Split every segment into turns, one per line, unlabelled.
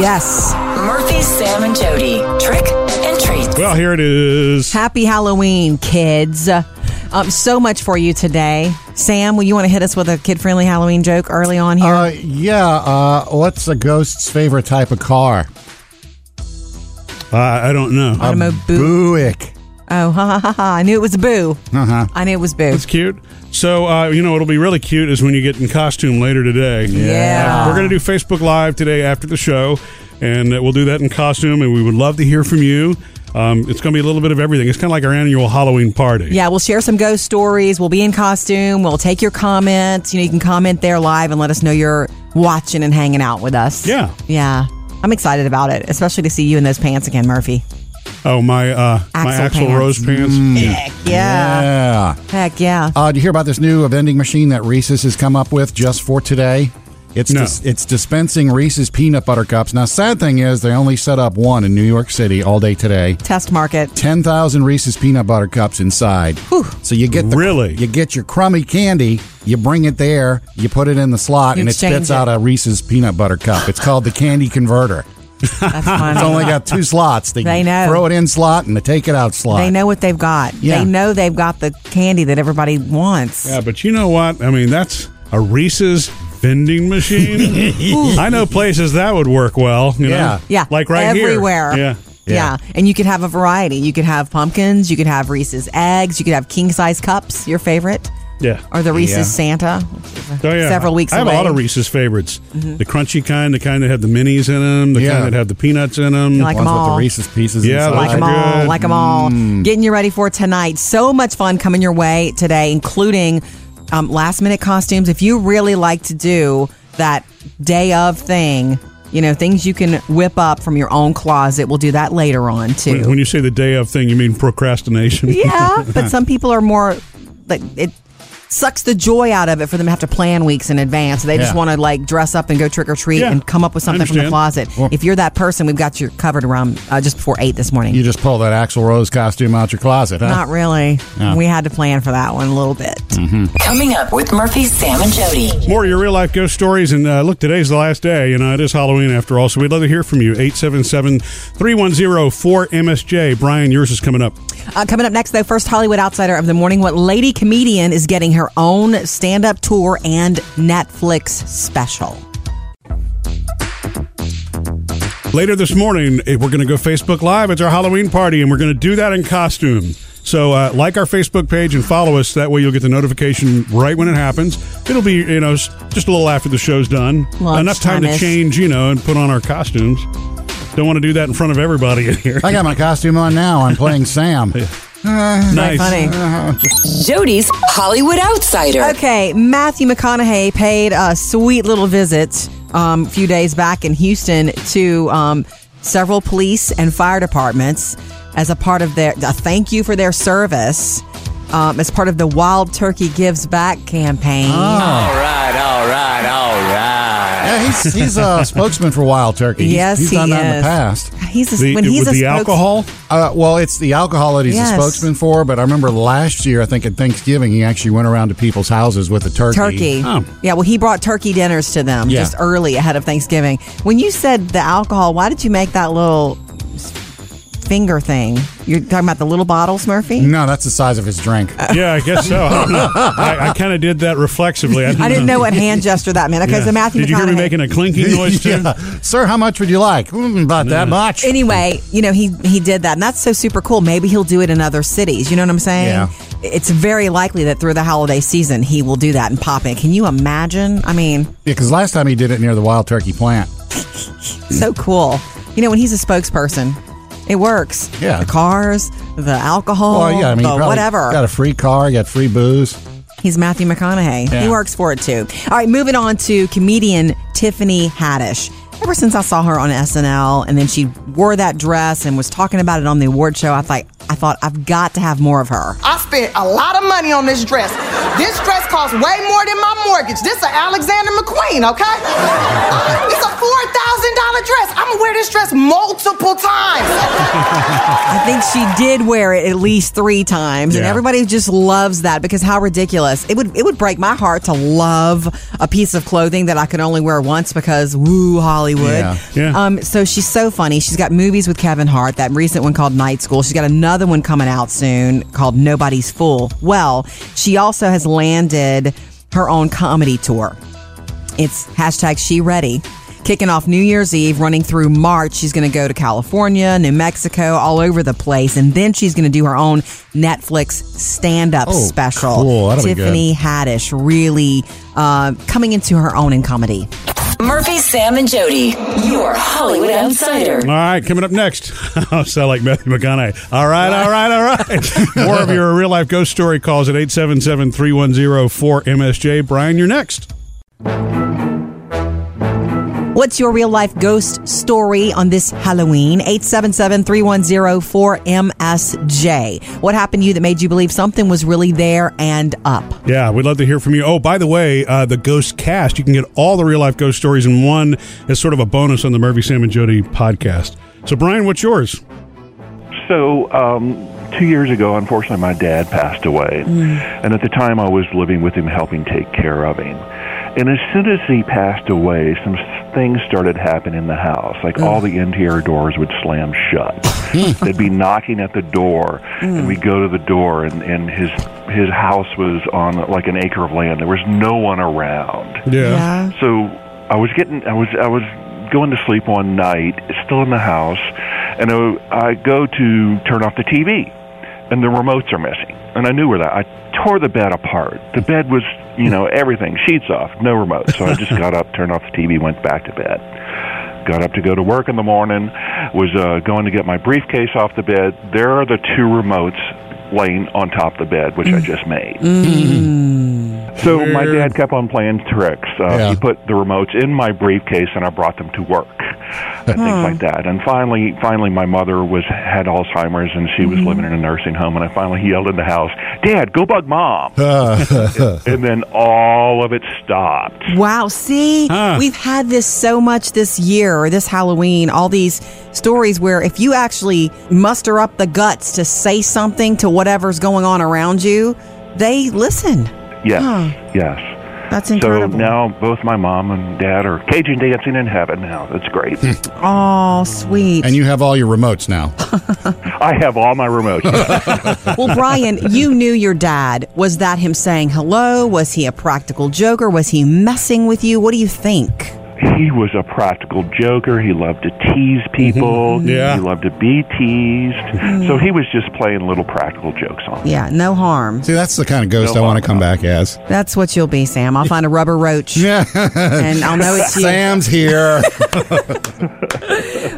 Yes.
Murphy, Sam, and Jody. Trick and treat.
Well, here it is.
Happy Halloween, kids. Um, so much for you today. Sam, will you want to hit us with a kid friendly Halloween joke early on here?
Uh, yeah. Uh, what's a ghost's favorite type of car?
Uh, I don't know.
Automo boo.
Buick.
Oh, ha ha ha ha. I knew it was boo.
Uh huh.
I knew it was boo.
It's cute. So, uh, you know, it'll be really cute is when you get in costume later today.
Yeah.
Uh, we're going to do Facebook Live today after the show, and uh, we'll do that in costume, and we would love to hear from you. Um, it's going to be a little bit of everything. It's kind of like our annual Halloween party.
Yeah, we'll share some ghost stories. We'll be in costume. We'll take your comments. You know, you can comment there live and let us know you're watching and hanging out with us.
Yeah.
Yeah. I'm excited about it, especially to see you in those pants again, Murphy.
Oh, my uh, my
Axel
Axl
pants.
Rose pants.
Heck yeah.
Mm. Yeah.
Heck yeah.
Uh, do you hear about this new vending machine that Reese's has come up with just for today? It's
No.
dis- it's dispensing Reese's peanut butter cups. Now, sad thing is they only set up one in New York City all day today.
Test market.
Ten thousand Reese's peanut butter cups inside. So you get the,
Really?
you get your crummy candy. You bring it there. You put it in the slot,
You
and it
exchange
spits
it.
out a Reese's peanut butter cup. It's called the candy converter.
That's funny.
It's only got two slots. They,
They know.
throw it in slot and the take it out slot.
They know what they've got.
Yeah.
They know they've got the candy that everybody wants.
Yeah, but you know what? I mean, that's a Reese's vending machine. I know places that would work well. You know?
Yeah.
Yeah.
Like right
everywhere.
here.
Yeah.
Yeah.
And you could have a variety. You could have pumpkins, you could have Reese's eggs, you could have king size cups, your favorite,
Yeah. Yeah.
or the Reese's
Yeah.
Santa.
Oh, yeah.
Several weeks
I have
away. Mm-hmm.
a lot of Reese's favorites. The crunchy kind, the kind that have the minis in them, the
Yeah.
kind that have the peanuts in them.
You like
Ones
'em
with
all.
the Reese's pieces.
Yeah,
inside. Mm.
those
Like
are
them all,
good.
Oh, like them all. Getting you ready for tonight. So much fun coming your way today, including um, last minute costumes. If you really like to do that day of thing, you know, things you can whip up from your own closet. We'll do that later on too.
when, when you say the day of thing, you mean procrastination.
Yeah, but some people are more like it sucks the joy out of it for them to have to plan weeks in advance. They just
Yeah.
want to like dress up and go trick or treat
Yeah,
and come up with
I
something from the
understand.
closet. if you're that person, we've got you covered around uh, just before eight this morning.
You just pull that Axl Rose costume out your closet, huh?
Not really.
Yeah.
We had to plan for that one a little bit.
Mm-hmm.
Coming up with Murphy, Sam, and Jody.
More of your real life ghost stories. And uh, look, today's the last day. You know, it is Halloween after all. So we'd love to hear from you. 877 310 4MSJ. Brian, yours is coming up.
Uh, coming up next, though, first Hollywood outsider of the morning. What lady comedian is getting her own stand up tour and Netflix special?
Later this morning, eh, we're going to go Facebook Live. It's our Halloween party, and we're going to do that in costume. So, uh, like our Facebook page and follow us. That way, you'll get the notification right when it happens. It'll be, you know, s- just a little after the show's done.
Lunch
Enough time to
time-ish.
change, you know, and put on our costumes. Don't want to do that in front of everybody in here.
I got my costume on now. I'm playing Sam.
nice.
Funny.
Jody's Hollywood Outsider.
Okay, Matthew McConaughey paid a sweet little visit um, a few days back in Houston to um, several police and fire departments as a part of their a thank you for their service um, as part of the Wild Turkey Gives Back campaign.
All right, all right, all right.
Yeah, he's, he's a spokesman for Wild Turkey. He's-
Yes,
he's done
he
that in
is.
the past.
He's a,
The,
when he's
with
a
the
spokes-
alcohol,
Uh, well, it's the alcohol that he's
Yes.
a spokesman for, but I remember last year, I think at Thanksgiving, he actually went around to people's houses with a turkey.
Turkey.
Oh.
Yeah, well, he brought turkey dinners to them
Yeah.
just early ahead of Thanksgiving. When you said the alcohol, why did you make that little finger thing? You're talking about the little bottles, Murphy?
No, that's the size of his drink.
Uh,
yeah, I guess so. I, don't know. I, I kind of did that reflexively.
I didn't know what hand gesture that meant. Okay,
Yeah.
so Matthew
Did you hear me
McConaughey-
making a clinking noise too?
Yeah. Sir, how much would you like? Mm, about that much.
Anyway, you know he he did that, and that's so super cool. Maybe he'll do it in other cities. You know what I'm saying?
Yeah.
It's very likely that through the holiday season he will do that and pop in. Can you imagine? I mean,
Because last time he did it near the Wild Turkey plant.
so cool. You know when he's a spokesperson, it works.
Yeah.
The cars, the alcohol,
Well, yeah, I mean, he
the
probably
Oh, whatever.
Got a free car, got free booze.
He's Matthew McConaughey. He
Yeah.
works for it too. All right, moving on to comedian Tiffany Haddish. Ever since I saw her on SNL and then she wore that dress and was talking about it on the award show, I thought I thought I've got to have more of her.
I spent a lot of money on this dress. This dress costs way more than my mortgage. This is Alexander McQueen, okay? It's a dress. I'm gonna wear this dress multiple times.
I think she did wear it at least three times, and
Yeah.
everybody just loves that because how ridiculous it would it would break my heart to love a piece of clothing that I could only wear once because woo Hollywood.
Yeah.
Yeah.
Um. So she's so funny. She's got movies with Kevin Hart. That recent one called Night School. She's got another one coming out soon called Nobody's Fool. Well, she also has landed her own comedy tour. It's hashtag she ready. Kicking off New Year's Eve, running through March, she's going to go to California, New Mexico, all over the place, and then she's going to do her own Netflix stand-up
Oh,
special.
cool. That'll be good.
Tiffany Haddish really uh, coming into her own in comedy.
Murphy, Sam, and Jody, your Hollywood outsider.
All right, coming up next. I sound like Matthew McConaughey. All right, all right, all right. More of your real life ghost story calls at 877 310 4MSJ. Brian, you're next.
What's your real life ghost story on this Halloween? 877 310 4MSJ. What happened to you that made you believe something was really there and up?
Yeah, we'd love to hear from you. Oh, by the way, uh, the Ghost Cast, you can get all the real life ghost stories in one as sort of a bonus on the Murphy, Sam, and Jody podcast. So, Brian, what's yours?
So, um, two years ago, unfortunately, my dad passed away. And at the time, I was living with him, helping take care of him. And as soon as he passed away, some s- things started happening in the house. Like all the interior doors would slam shut. They'd be knocking at the door, and we'd go to the door, and, and his his house was on like an acre of land. There was no one around.
Yeah.
So I was getting, I was, I was going to sleep one night, still in the house, and I, I go to turn off the TV, and the remotes are missing, and I knew where that. I tore the bed apart. The bed was, you know, everything, sheets off, no remote. So I just got up, turned off the TV, went back to bed. Got up to go to work in the morning. Was uh, going to get my briefcase off the bed. There are the two remotes laying on top of the bed, which I just made.
Mm-hmm.
Mm.
So my
Weird.
dad kept on playing tricks. Uh,
Yeah.
He put the remotes in my briefcase, and I brought them to work and things
Hmm.
like that. And finally, finally, my mother was had Alzheimer's, and she
Mm-hmm.
was living in a nursing home. And I finally yelled in the house, "Dad, go bug mom!" and then all of it stopped.
Wow. See,
Huh.
we've had this so much this year or this Halloween, all these stories where if you actually muster up the guts to say something to whatever's going on around you, they listen.
Yes,
Huh.
yes.
That's
So
incredible.
now both my mom and dad are Cajun dancing in heaven. Now that's great.
oh, sweet.
And you have all your remotes now.
I have all my remotes.
well, Brian, you knew your dad. Was that him saying hello? Was he a practical joker? Was he messing with you? What do you think?
he was a practical joker. He loved to tease
Mm-hmm.
people.
Yeah.
He loved to be teased. So he was just playing little practical jokes on.
Yeah, no harm.
See, that's the kind of ghost
No,
I want to
I'm
come
not.
back as.
That's what you'll be, Sam. I'll find a rubber roach
Yeah.
and I'll know it's you.
Sam's here.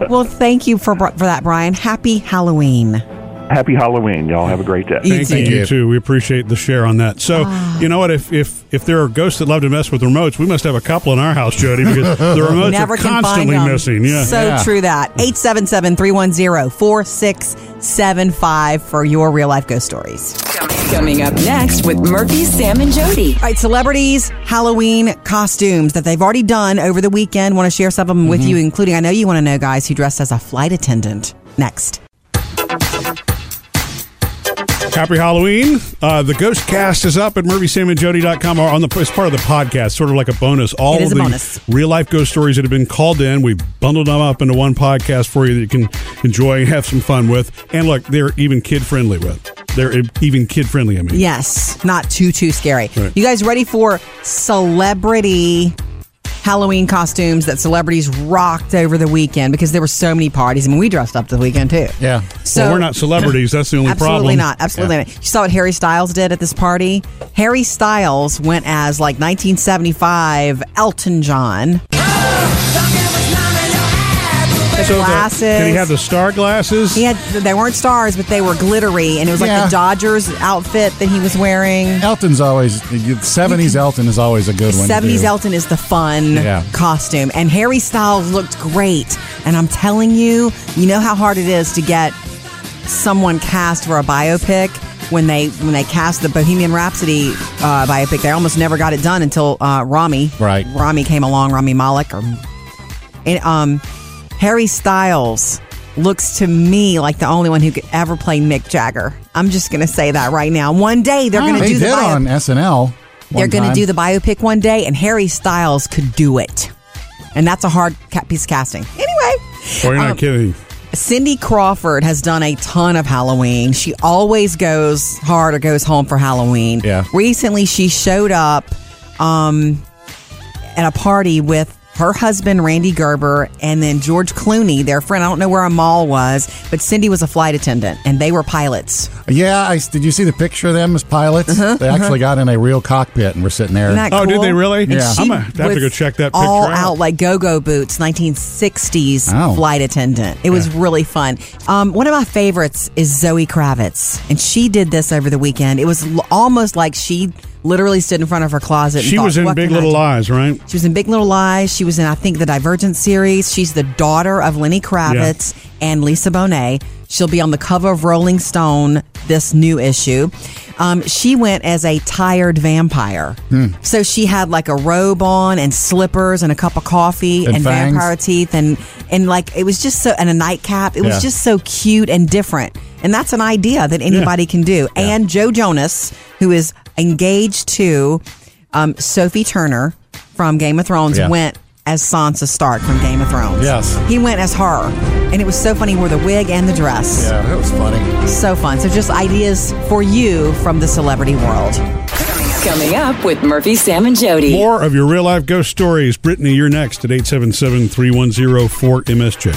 Well, thank you for for that, Brian. Happy Halloween.
Happy Halloween, y'all. Have a great day.
You
Thank
too.
you, you too. We appreciate the share on that. So,
Ah.
you know what? If, if if there are ghosts that love to mess with remotes, we must have a couple in our house, Jody, because the remotes
Never
are
can find
constantly
them.
missing. Yeah.
So
Yeah.
true that. 877-310-4675 for your real life ghost stories.
Coming up next with Murphy, Sam, and Jody.
All right, celebrities Halloween costumes that they've already done over the weekend. Want to share some of them with you, including I know you want to know guys who dressed as a flight attendant. Next.
Happy Halloween. Uh, the Ghost Cast is up at MurphySamandJody.com or on the it's part of the podcast, sort of like a bonus. All
It is
of
a
the
bonus.
real life ghost stories that have been called in, we've bundled them up into one podcast for you that you can enjoy and have some fun with. And look, they're even kid friendly with. They're e, even kid friendly, I mean.
Yes, not too too scary.
Right.
You guys ready for celebrity Halloween costumes that celebrities rocked over the weekend because there were so many parties. I mean, we dressed up the weekend too.
Yeah.
So
well, we're not celebrities. That's the only
Absolutely
problem.
not. Absolutely not. You saw what Harry Styles did at this party? Harry Styles went as like 1975 Elton John. The
So the-
glasses.
Did he have the star glasses?
He had they weren't stars, but they were glittery, and it was like
Yeah.
the Dodgers outfit that he was wearing.
Elton's always, 70s Elton is always a good one. to
Seventies
do.
Elton is the fun
Yeah.
costume, and Harry Styles looked great. And I'm telling you, you know how hard it is to get someone cast for a biopic. When they when they cast the Bohemian Rhapsody uh, biopic, they almost never got it done until uh, Rami
Right.
Rami came along, Rami Malek or And um, Harry Styles looks to me like the only one who could ever play Mick Jagger. I'm just going to say that right now. One day they're going to
Ah. they
do
did
the bio-
on SNL. one
they're going
time.
to do the biopic one day, and Harry Styles could do it. And that's a hard ca- piece of casting. Anyway,
Or you're not
Um,
kidding.
Cindy Crawford has done a ton of Halloween. She always goes hard or goes home for Halloween.
Yeah.
Recently, she showed up um, at a party with her husband, Randy Gerber, and then George Clooney, their friend. I don't know where Amal was, but Cindy was a flight attendant, and they were pilots.
Yeah, I, did you see the picture of them as pilots? they actually got in a real cockpit and were sitting there.
Uh-huh, Isn't that
Oh, did
cool?
they really?
And
Yeah.
she
I'm gonna have to
was
go check that picture
all
out.
like go-go boots, 1960s
Oh.
flight attendant. It was really fun. Um, one of my favorites is Zoe Kravitz, and she did this over the weekend. It was l- almost like she literally stood in front of her closet. and
She
thought,
was in
"What
Big
can I
Little
do?"
Lies, right?
She was in Big Little Lies. She was in, I think, the Divergent series. She's the daughter of Lenny Kravitz and Lisa Bonet. She'll be on the cover of Rolling Stone this new issue. Um, she went as a tired vampire. So she had like a robe on and slippers and a cup of coffee and,
And fangs.
vampire teeth and, and like it was just so, and a nightcap. It was
Yeah.
just so cute and different. And that's an idea that anybody can do. And Joe Jonas, who is engaged to um, Sophie Turner from Game of Thrones,
Yeah.
went as Sansa Stark from Game of Thrones.
Yes.
He went as her. And it was so funny. He wore the wig and the dress.
Yeah, that was funny.
So fun. So just ideas for you from the celebrity world.
Coming up with Murphy, Sam, and Jody.
More of your real life ghost stories. Brittany, you're next at 877 310 4MSJ.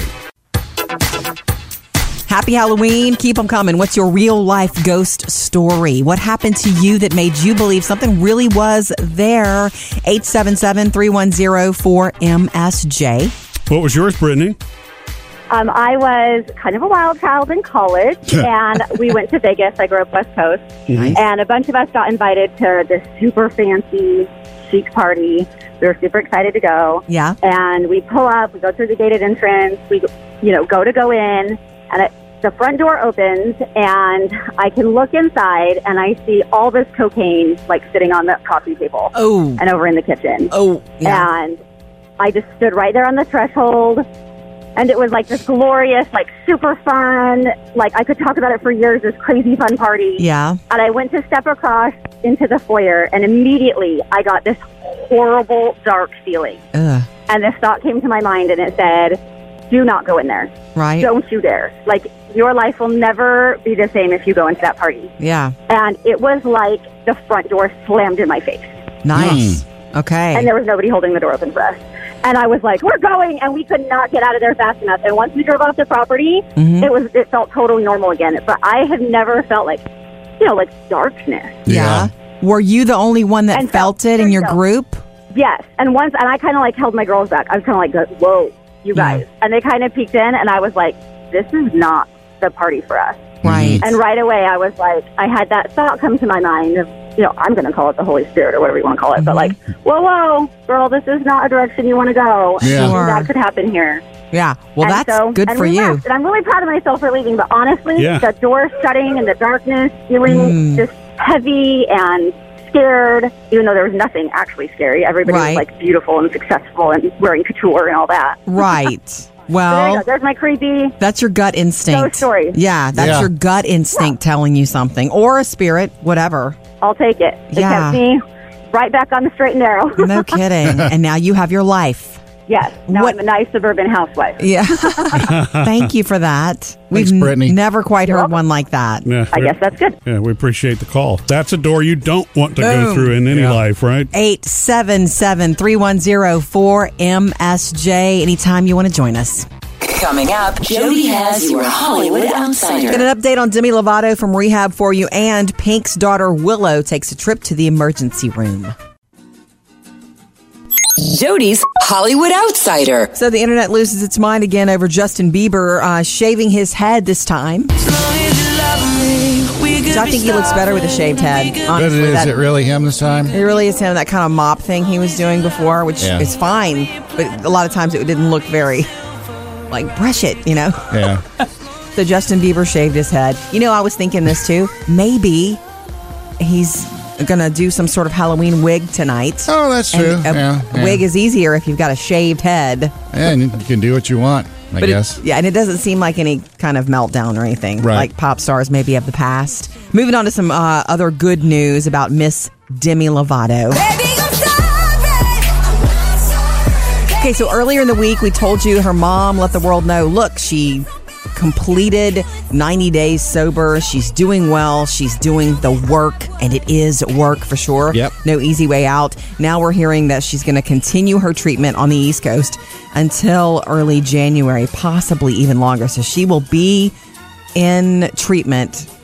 Happy Halloween. Keep them coming. What's your real life ghost story? What happened to you that made you believe something really was there? 877 310 4MSJ.
What was yours, Brittany?
Um, I was kind of a wild child in college, and we went to Vegas. I grew up West Coast, and a bunch of us got invited to this super fancy chic party. We were super excited to go,
Yeah.
and we pull up. We go through the gated entrance. We, you know, go to go in, and it, the front door opens, and I can look inside, and I see all this cocaine like sitting on the coffee table
Oh.
and over in the kitchen.
Oh, yeah.
And I just stood right there on the threshold. And it was like this glorious, like super fun, like I could talk about it for years, this crazy fun party.
Yeah.
And I went to step across into the foyer, and immediately I got this horrible, dark feeling.
Ugh.
And this thought came to my mind, and it said, Do not go in there.
Right?
Don't you dare. Like, your life will never be the same if you go into that party.
Yeah.
And it was like the front door slammed in my face.
Nice. Okay.
Hmm. and there was nobody holding the door open for us. And I was like, "We're going!" And we could not get out of there fast enough. And once we drove off the property,
Mm-hmm.
it was it felt totally normal again. But I have never felt like, you know, like darkness.
yeah. Were you the only one that
And
felt
felt
it in your
yourself.
group?
Yes. And once, and I kind of like held my girls back. I was kind of like, "Whoa, you
Yeah.
guys!" And they kind of peeked in, and I was like, "This is not the party for us."
Right.
And right away, I was like, I had that thought come to my mind of, you know, I'm going to call it the Holy Spirit or whatever you want to call it, but like,
Mm-hmm.
whoa, whoa, girl, this is not a direction you want to go.
Yeah.
And
Sure.
That could happen here.
yeah. Well,
and
that's
so,
good
and
for
we
you.
left. And I'm really proud of myself for leaving, but honestly,
Yeah.
the door shutting and the darkness,
Mm.
feeling just heavy and scared, even though there was nothing actually scary. Everybody
Right.
was like beautiful and successful and wearing couture and all that.
Right.
So there you go.
Well,
There's my creepy.
that's your gut instinct.
Ghost story.
Yeah. That's
Yeah.
your gut instinct telling you something or a spirit, whatever.
I'll take it. It
Yeah.
kept me right back on the straight and narrow.
No kidding. and now you have your life.
Yes. Now
What-
I'm a nice suburban housewife.
Yeah. Thank you for that. We've n-
Brittany.
never quite heard one like that.
Yeah,
I guess that's good.
Yeah, we appreciate the call. That's a door you don't want to go
Boom.
through in any life, right?
877 310 4MSJ. Anytime you want to join us.
Coming up, Jody has your Hollywood Outsider.
Get an update on Demi Lovato from rehab for you, and Pink's daughter Willow takes a trip to the emergency room.
Jody's Hollywood Outsider.
So the internet loses its mind again over Justin Bieber uh, shaving his head this time. So I think he looks better with a shaved head.
But
Honestly,
it, is
that-
it really him this time?
It really is him, that kind of mop thing he was doing before, which
Yeah.
is fine, but a lot of times it didn't look very, like, brush it, you know?
Yeah.
So Justin Bieber shaved his head. You know, I was thinking this too. Maybe he's gonna do some sort of Halloween wig tonight.
Oh, that's
And
true.
a
yeah, yeah.
Wig is easier if you've got a shaved head.
and you can do what you want. I
But it-
guess.
yeah, and it doesn't seem like any kind of meltdown or anything
Right.
like pop stars maybe of the past. Moving on to some uh, other good news about Miss Demi Lovato. Okay, so earlier in the week, we told you her mom let the world know look, she completed 90 days sober. She's doing well. She's doing the work, and it is work for sure.
Yep.
No easy way out. Now we're hearing that she's going to continue her treatment on the East Coast until early January, possibly even longer. So she will be in treatment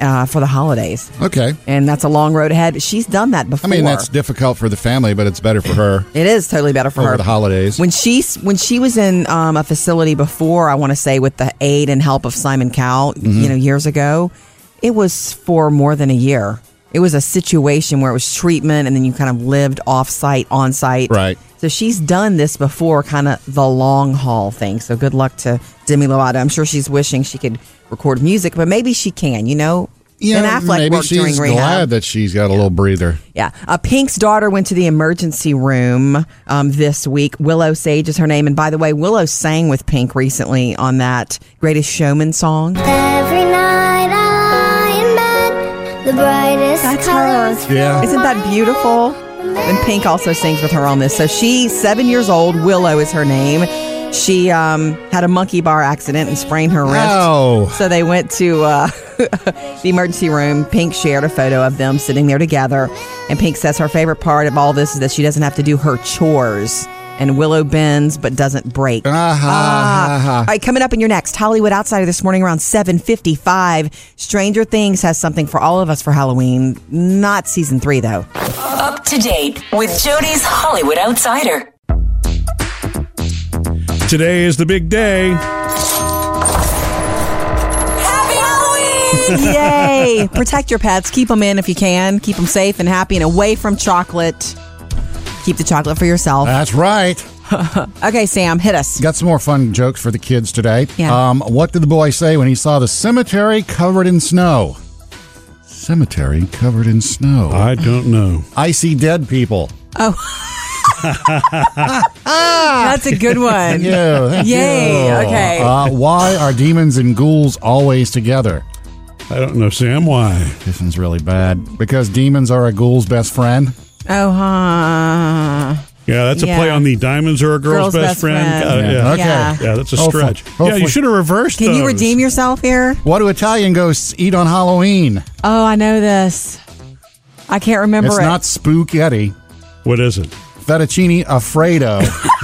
uh, for the holidays.
okay.
And that's a long road ahead. But she's done that
I
before.
mean, that's difficult for the family, but it's better for her.
It is totally better for
Over
her.
the holidays.
when she when she was in um, a facility before, I want to say with the aid and help of Simon Cowell,
Mm-hmm.
you know, years ago, it was for more than a year. It was a situation where it was treatment, and then you kind of lived off site, on site,
Right.
So she's done this before, kind of the long haul thing. So good luck to Demi Lovato. I'm sure she's wishing she could record music, but maybe she can. You know, Ben Affleck
maybe
worked during
she's
rehab.
glad that she's got a little breather.
Yeah. Uh, Pink's daughter went to the emergency room um, this week. Willow Sage is her name. And by the way, Willow sang with Pink recently on that Greatest Showman song.
Every night I lie in bed, the brightest
That's her.
colors.
Yeah.
Isn't that beautiful? And Pink also sings with her on this. So she's seven years old. Willow is her name. She um, had a monkey bar accident and sprained her wrist.
No.
So they went to uh, the emergency room. Pink shared a photo of them sitting there together. And Pink says her favorite part of all this is that she doesn't have to do her chores. And Willow bends but doesn't break. Ah. All right, coming up in your next Hollywood Outsider this morning around 7.55, Stranger Things has something for all of us for Halloween. Not season three, though.
Up to date with Jody's Hollywood Outsider.
Today is the big day.
Happy Halloween!
Yay! Protect your pets. Keep them in if you can. Keep them safe and happy and away from chocolate. Keep the chocolate for yourself.
That's right.
Okay, Sam, hit us.
Got some more fun jokes for the kids today.
Yeah.
Um, what did the boy say when he saw the cemetery covered in snow? Cemetery covered in snow.
I don't know.
I see dead people.
Oh. Ah, That's a good one.
Yeah. thank
Yay,
you.
okay.
Uh, why are demons and ghouls always together?
I don't know, Sam. Why?
This one's really bad. Because demons are a ghoul's best friend.
Oh, huh.
Yeah, that's a
Yeah.
play on the diamonds are a girl's, best, friend. God, yeah.
Okay.
Yeah.
Yeah, that's a
Hopefully-
stretch. Yeah, you
hopefully-
should have reversed.
Can you
those.
redeem yourself here?
What do Italian ghosts eat on Halloween?
Oh, I know this. I can't remember
It's
it.
not spooketti.
What is it?
Fettuccine Alfredo.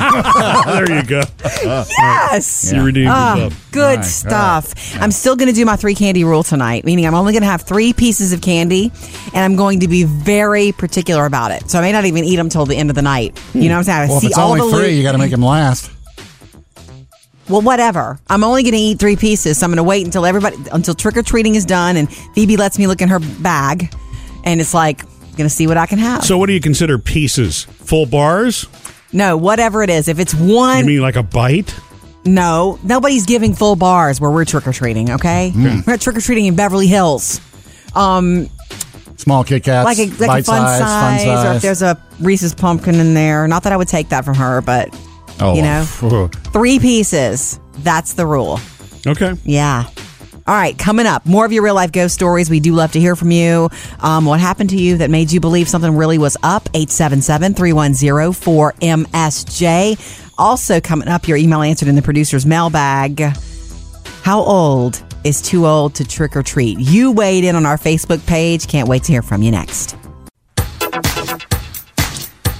there you go.
yes. Ah,
You redeemed yourself.
Good
My
stuff. I'm still going to do my three candy rule tonight, meaning I'm only going to have three pieces of candy and I'm going to be very particular about it. So I may not even eat them till the end of the night. You know what I'm saying? I
Hmm. well, if
see
it's
all
only
the
three,
loot-
you got to make them last.
Well, whatever. I'm only going to eat three pieces, so I'm going to wait until everybody until trick or treating is done, and Phoebe lets me look in her bag, and it's like going to see what I can have.
So, what do you consider pieces? Full bars?
no, whatever it is, if it's
You
one,
mean like a bite?
no, nobody's giving full bars where we're trick or treating. Okay,
Hmm.
we're trick or treating in Beverly Hills, um,
Small Kit Kats,
like a like
bite
a fun
size,
size,
fun size.
or if there's a Reese's pumpkin in there. Not that I would take that from her, but
oh,
you know.
phew.
three pieces. That's the rule.
Okay.
Yeah. All right, coming up, more of your real life ghost stories. We do love to hear from you. Um, what happened to you that made you believe something really was up? 877 310 4MSJ. Also, coming up, your email answered in the producer's mailbag. How old is too old to trick or treat? You weighed in on our Facebook page. Can't wait to hear from you next.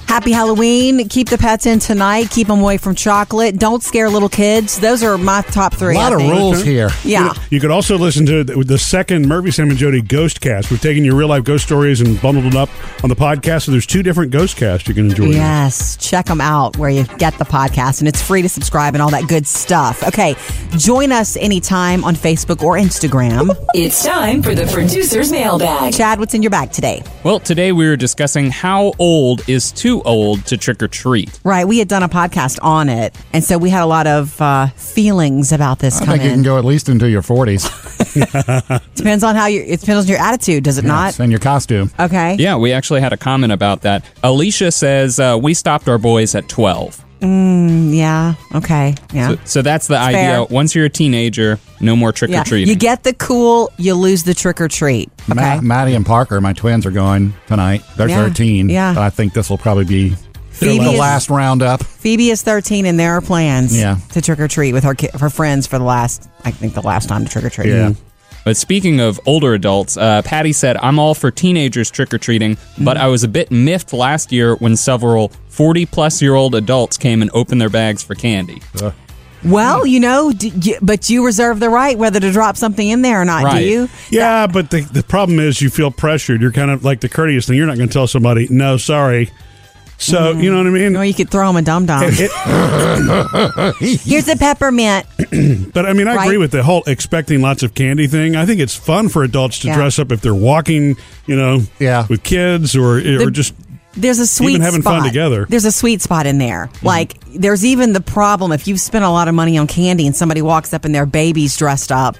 Happy Halloween. Keep the pets in tonight. Keep them away from chocolate. Don't scare little kids. Those are my top
a
three.
lot
I
of
think.
rules here.
Yeah.
You could also listen to the the second Murphy, Sam, and Jody Ghost Cast. We've taken your real life ghost stories and bundled them up on the podcast. So, there's two different ghost casts you can enjoy.
Yes, check them out where you get the podcast, and it's free to subscribe and all that good stuff. Okay, join us anytime on Facebook or Instagram.
It's time for the producer's mailbag.
Chad, what's in your bag today?
Well, today we were discussing how old is too too old to trick or treat.
Right. We had done a podcast on it. And so we had a lot of uh, feelings about this
I
coming.
think you can go at least into your 40s.
depends on how you, it depends on your attitude, does it
Yes,
not?
and your costume.
Okay.
Yeah, we actually had a comment about that. Alicia says uh, we stopped our boys at twelve.
Mm, Yeah. Okay. Yeah.
So, so that's the idea.
fair.
Once you're a teenager, no more trick
yeah.
or treating.
You get the cool, you lose the trick or treat. Okay.
Ma- Maddie and Parker, my twins, are going tonight. They're
Yeah,
13.
yeah.
And I think this will probably be
Phoebe
the
is-
last roundup.
Phoebe is 13 and there are plans
Yeah.
to trick or treat with her ki- her friends for the last, I think the last time to trick or treat.
Yeah.
But speaking of older adults, uh, Patty said, I'm all for teenagers trick or treating,
Mm-hmm.
but I was a bit miffed last year when several 40 plus year old adults came and opened their bags for candy.
Well, you know, d you, but you reserve the right whether to drop something in there or not,
Right.
do you?
Yeah, but the, the problem is you feel pressured. You're kind of like the courteous thing. You're not going to tell somebody, no, sorry. So, you know what I mean?
Or you could throw them a dum dum. Here's a peppermint.
But I mean, I agree
Right.
with the whole expecting lots of candy thing. I think it's fun for adults to
Yeah.
dress up if they're walking, you know,
Yeah.
with kids or, eh, or just.
There's a sweet
Even having fun
spot.
together.
There's a sweet spot in there.
Mm-hmm.
Like there's even the problem if you've spent a lot of money on candy and somebody walks up and their baby's dressed up,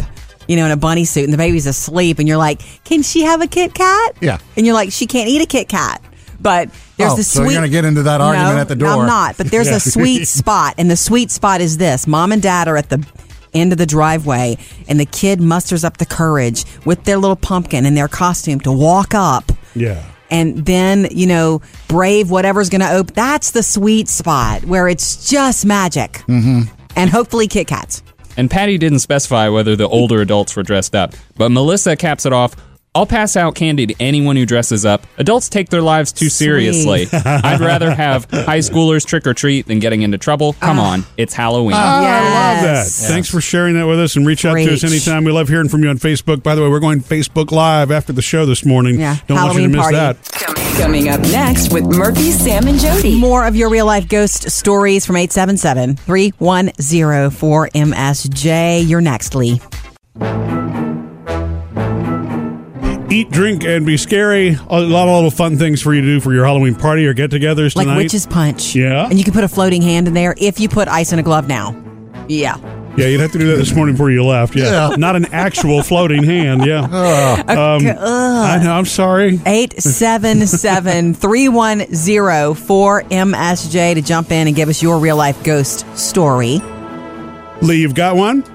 you know, in a bunny suit and the baby's asleep and you're like, "Can she have a Kit Kat?"
Yeah.
And you're like, "She can't eat a Kit Kat." But there's
Oh,
the
so you're
sweet
gonna get into that argument
No,
at the
no,
door.
I'm not, but there's
Yeah.
a sweet spot and the sweet spot is this. Mom and dad are at the end of the driveway and the kid musters up the courage with their little pumpkin and their costume to walk up
Yeah.
and then you know brave whatever's going to open that's the sweet spot where it's just magic mm-hmm. and hopefully kit kats
And Patty didn't specify whether the older adults were dressed up, but Melissa caps it off. I'll pass out candy to anyone who dresses up. Adults take their lives too seriously. I'd rather have high schoolers trick or treat than getting into trouble. Come
Ah.
on, it's Halloween.
Love that. Thanks for sharing that with us and reach out to us
Preach.
anytime. We love hearing from you on Facebook. By the way, we're going Facebook Live after the show this morning.
Yeah.
Don't want you to
Halloween
miss
party.
that.
Coming up next with Murphy, Sam, and Jody.
more of your real life ghost stories from 877-310-4msj you're next lee
Eat, drink, and be scary. A lot of little fun things for you to do for your Halloween party or get togethers
like
tonight.
witch's punch
Yeah.
and you can put a floating hand in there if you put ice in a glove now yeah
Yeah, you'd have to do that this morning before you left. Yeah. Not an actual floating hand. Yeah. Um, I know. I'm sorry.
877-310-4msj to jump in and give us your real life ghost story
Lee, you've got one?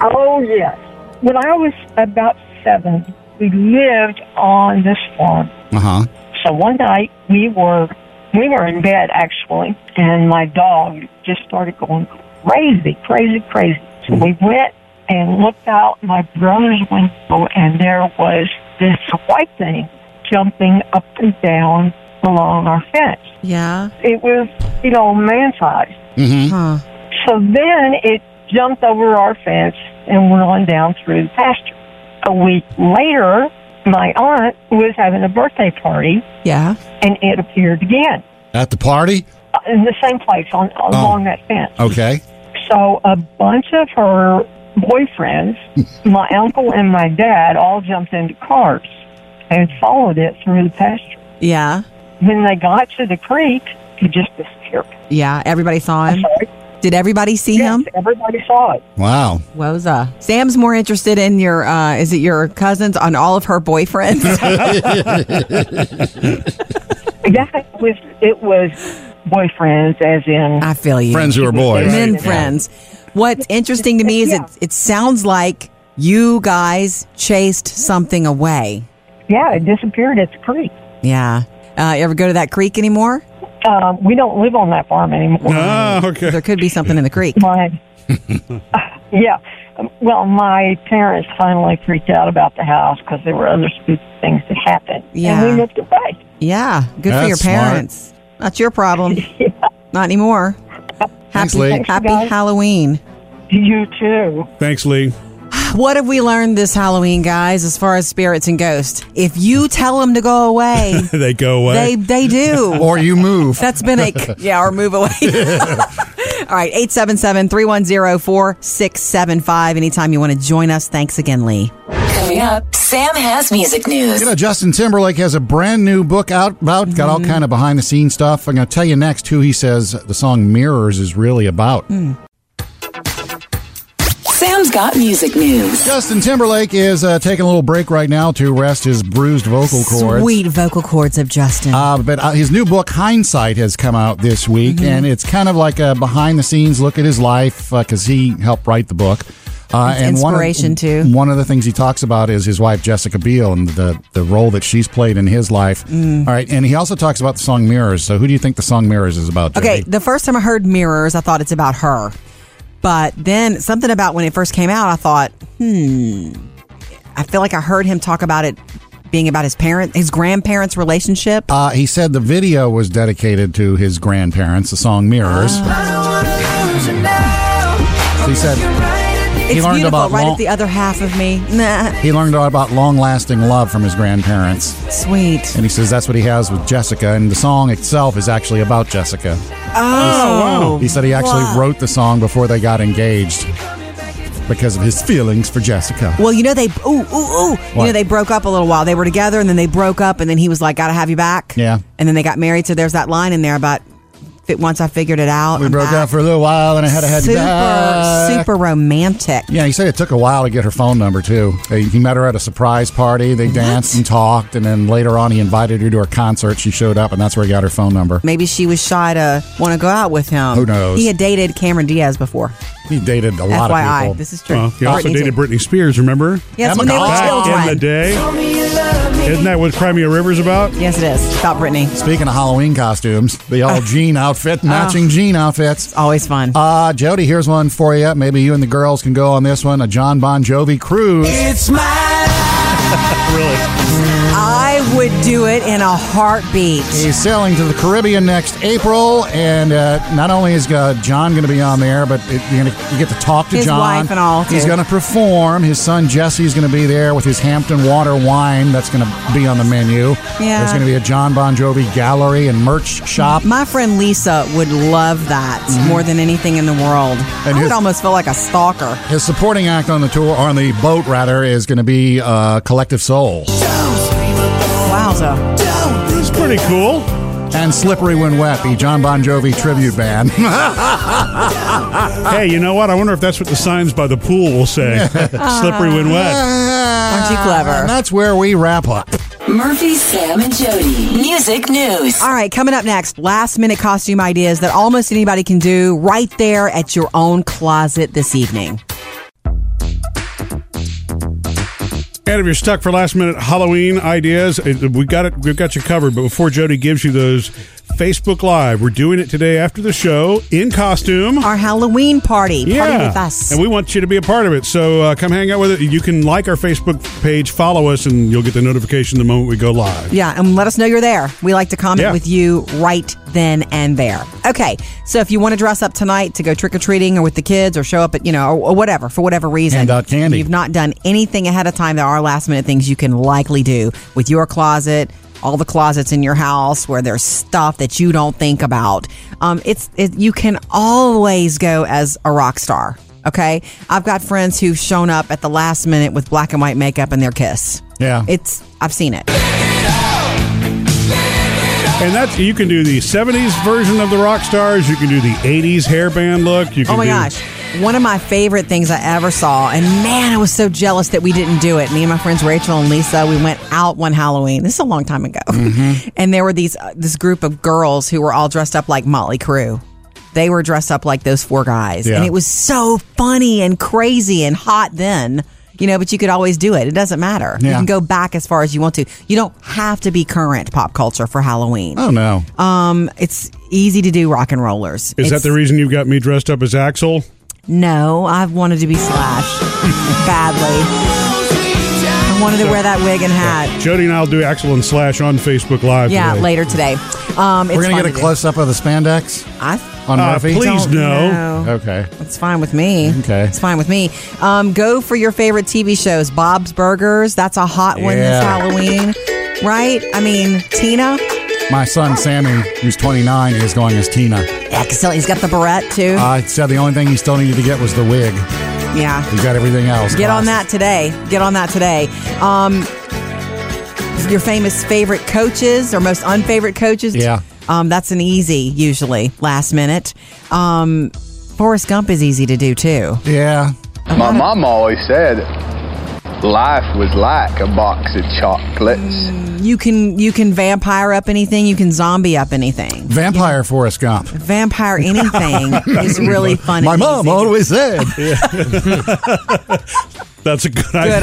Oh, yes. When I was about seven, we lived on this farm.
Uh huh.
So one night we were we were in bed actually, and my dog just started going crazy, crazy, crazy. So we went and looked out my brother's window, and there was this white thing jumping up and down along our fence.
yeah
It was you know man sized.
huh
So then it jumped over our fence and went on down through the pasture. A week later, my aunt was having a birthday party
yeah
and it appeared again
At the party?
uh, in the same place on along that fence.
Okay.
So a bunch of her boyfriends, my uncle and my dad, all jumped into cars and followed it through the pasture.
Yeah.
When they got to the creek, it just disappeared.
Yeah. Everybody saw him. Did everybody see
Yes,
him?
everybody saw it.
Wow.
Woza. Sam's more interested in your, uh, is it your cousins on all of her boyfriends?
Yeah, it was it was boyfriends, as in
I feel you.
Friends who are boys.
Men
Yeah.
friends. What's interesting to me is
Yeah.
it, it sounds like you guys chased something away.
yeah, it disappeared at the creek.
Yeah. Uh, you ever go to that creek anymore?
Um, we don't live on that farm anymore.
Ah, okay.
There could be something in the creek.
My yeah, um, well, my parents finally freaked out about the house because there were other spooky things that happened,
Yeah.
and we moved away.
Yeah. Good for
That's
your
smart.
parents. Not your problem. Not anymore.
Thanks,
happy
Lee.
happy
guys.
Halloween.
You too.
Thanks, Lee.
What have we learned this Halloween, guys, as far as spirits and ghosts? If you tell them to go away,
They go away.
they they do.
Or you move.
That's been a yeah, or move away. All right, 877 310 4675. Anytime you want to join us. Thanks again, Lee.
Coming Coming up, Sam has music news.
You know, Justin Timberlake has a brand new book out about got
Mm-hmm.
all kind of behind the scenes stuff. I'm going to tell you next who he says the song "Mirrors" is really about.
Hmm. Sam's got music news.
Justin Timberlake is uh, taking a little break right now to rest his bruised vocal cords.
Sweet vocal cords of Justin.
Uh, but uh, his new book, Hindsight, has come out this week,
Mm-hmm.
and it's kind of like a behind the scenes look at his life because he helped write the book. Uh,
It's inspiration,
one
too.
of, One of the things he talks about is his wife Jessica Biel and the the role that she's played in his life.
Mm.
All right, and he also talks about the song Mirrors. So, who do you think the song Mirrors is about?
Okay,
Jody?
the first time I heard mirrors, I thought it's about her. But then something about when it first came out, I thought, hmm. I feel like I heard him talk about it being about his parent, his grandparents' relationship.
Uh, he said the video was dedicated to his grandparents. The song Mirrors. he said
Ah. It's
he learned
beautiful,
about
right
long,
at the other half of me. Nah,
he learned about long lasting love from his grandparents.
sweet.
And he says that's what he has with Jessica, and the song itself is actually about Jessica.
Oh,
He said he actually wrote the song before they got engaged because of his feelings for Jessica.
Well, you know they ooh ooh ooh. You
What?
know they broke up a little while. They were together and then they broke up and then he was like, "Gotta have you back."
Yeah.
And then they got married. So there's that line in there about "Fi- once I figured it out.
We
I'm
broke
back."
up for a little while and I had to head
super
back.
super romantic.
Yeah, he said it took a while to get her phone number too. They, he met her at a surprise party. They danced and talked, and then later on, he invited her to a concert. She showed up, and that's where he got her phone number.
Maybe she was shy to want to go out with him.
Who knows?
He had dated Cameron Diaz before.
He dated a lot
FYI,
of people.
this is true.
Well, he also
Britney
dated
too.
Britney Spears, remember?
Yes,
Emma
when they were
Goldman.
Back in the
children.
day. Isn't that what Crimea River's about?
Yes, it is. Stop Britney. Oh.
Speaking of Halloween costumes, the all jean outfit, matching jean outfits.
Always fun.
Uh, Jody, here's one for you. Maybe you and the girls can go on this one. A John Bon Jovi cruise.
It's my
I would do it in a heartbeat.
He's sailing to the Caribbean next April, and uh, not only is uh, John going to be on there, but it, you're gonna, you get to talk to
His
John.
wife and all,
He's
too.
going to perform. His son Jesse's going to be there with his Hampton water wine. That's going to be on the menu.
Yeah.
There's going to be a John Bon Jovi gallery and merch shop.
My friend Lisa would love that more than anything in the world. I
Mm-hmm. his-
would almost feel like a stalker.
His supporting act on the tour, on the boat rather, is going to be uh, Collective Soul
Wowza.
It's pretty cool.
and Slippery When Wet, the John Bon Jovi tribute band.
Hey, you know what? I wonder if that's what the signs by the pool will say. Slippery when wet.
Aren't
you clever?
And that's where we wrap up.
Murphy, Sam, and Jody. Music news.
All right, coming up next, last minute costume ideas that almost anybody can do right there at your own closet this evening.
And if you're stuck for last minute Halloween ideas, it- we got it. We've got you covered. But before Jody gives you those, Facebook Live, we're doing it today after the show in costume.
Our Halloween party. Party with us.
And we want you to be a part of it. So uh, come hang out with it. You can like our Facebook page, follow us, and you'll get the notification the moment we go live.
Yeah, and let us know you're there. We like to comment
Yeah.
with you right then and there. Okay, so if you want to dress up tonight to go trick or treating or with the kids or show up at, you know, or, or whatever, for whatever reason,
Hand out candy.
You've not done anything ahead of time. There are last minute things you can likely do with your closet. All the closets in your house where there's stuff that you don't think about. Um, it's it, you can always go as a rock star. Okay, I've got friends who've shown up at the last minute with black and white makeup and their kiss.
Yeah.
It's I've seen it.
And that's you can do the 70s version of the rock stars. You can do the 80s hairband look. You can
Oh my
do,
gosh. One of my favorite things I ever saw, and man, I was so jealous that we didn't do it. Me and my friends Rachel and Lisa, we went out one Halloween. This is a long time ago,
Mm-hmm.
and there were these uh, this group of girls who were all dressed up like Motley Crue. They were dressed up like those four guys,
Yeah.
and it was so funny and crazy and hot then. You know, but you could always do it. It doesn't matter. You
Yeah.
can go back as far as you want to. You don't have to be current pop culture for Halloween.
Oh no.
Um, it's easy to do rock and rollers.
Is
It's-
that the reason you've got me dressed up as Axel?
no, I've wanted to be Slash badly. I wanted to wear that wig and hat.
Jody and I'll do Axel and Slash on Facebook Live.
Yeah,
today.
later today. Um, it's
We're gonna
fun
get a
to do.
close up of the spandex
I
on
Uh,
Murphy.
please
don't
no.
know.
Okay.
It's fine with me.
Okay.
It's fine with me. Um, go for your favorite TV shows. Bob's Burgers. That's a hot one this
Yeah.
Halloween. Right? I mean, Tina.
My son Sammy, who's 29, is going as Tina. Uh,
Excellent. He's got the barrette too.
I said the only thing he still needed to get was the wig.
Yeah.
You got everything else.
Get on that today. Get on that today. Um, your famous favorite coaches or most unfavorite coaches.
Yeah.
Um, that's an easy, usually, last minute. Um, Forrest Gump is easy to do, too.
Yeah.
My mom always said life was like a box of chocolates.
You can you can vampire up anything. You can zombie up anything.
Vampire Forrest Gump.
Vampire anything is really fun.
My
and
mom
easy.
always said.
That's a good,
Good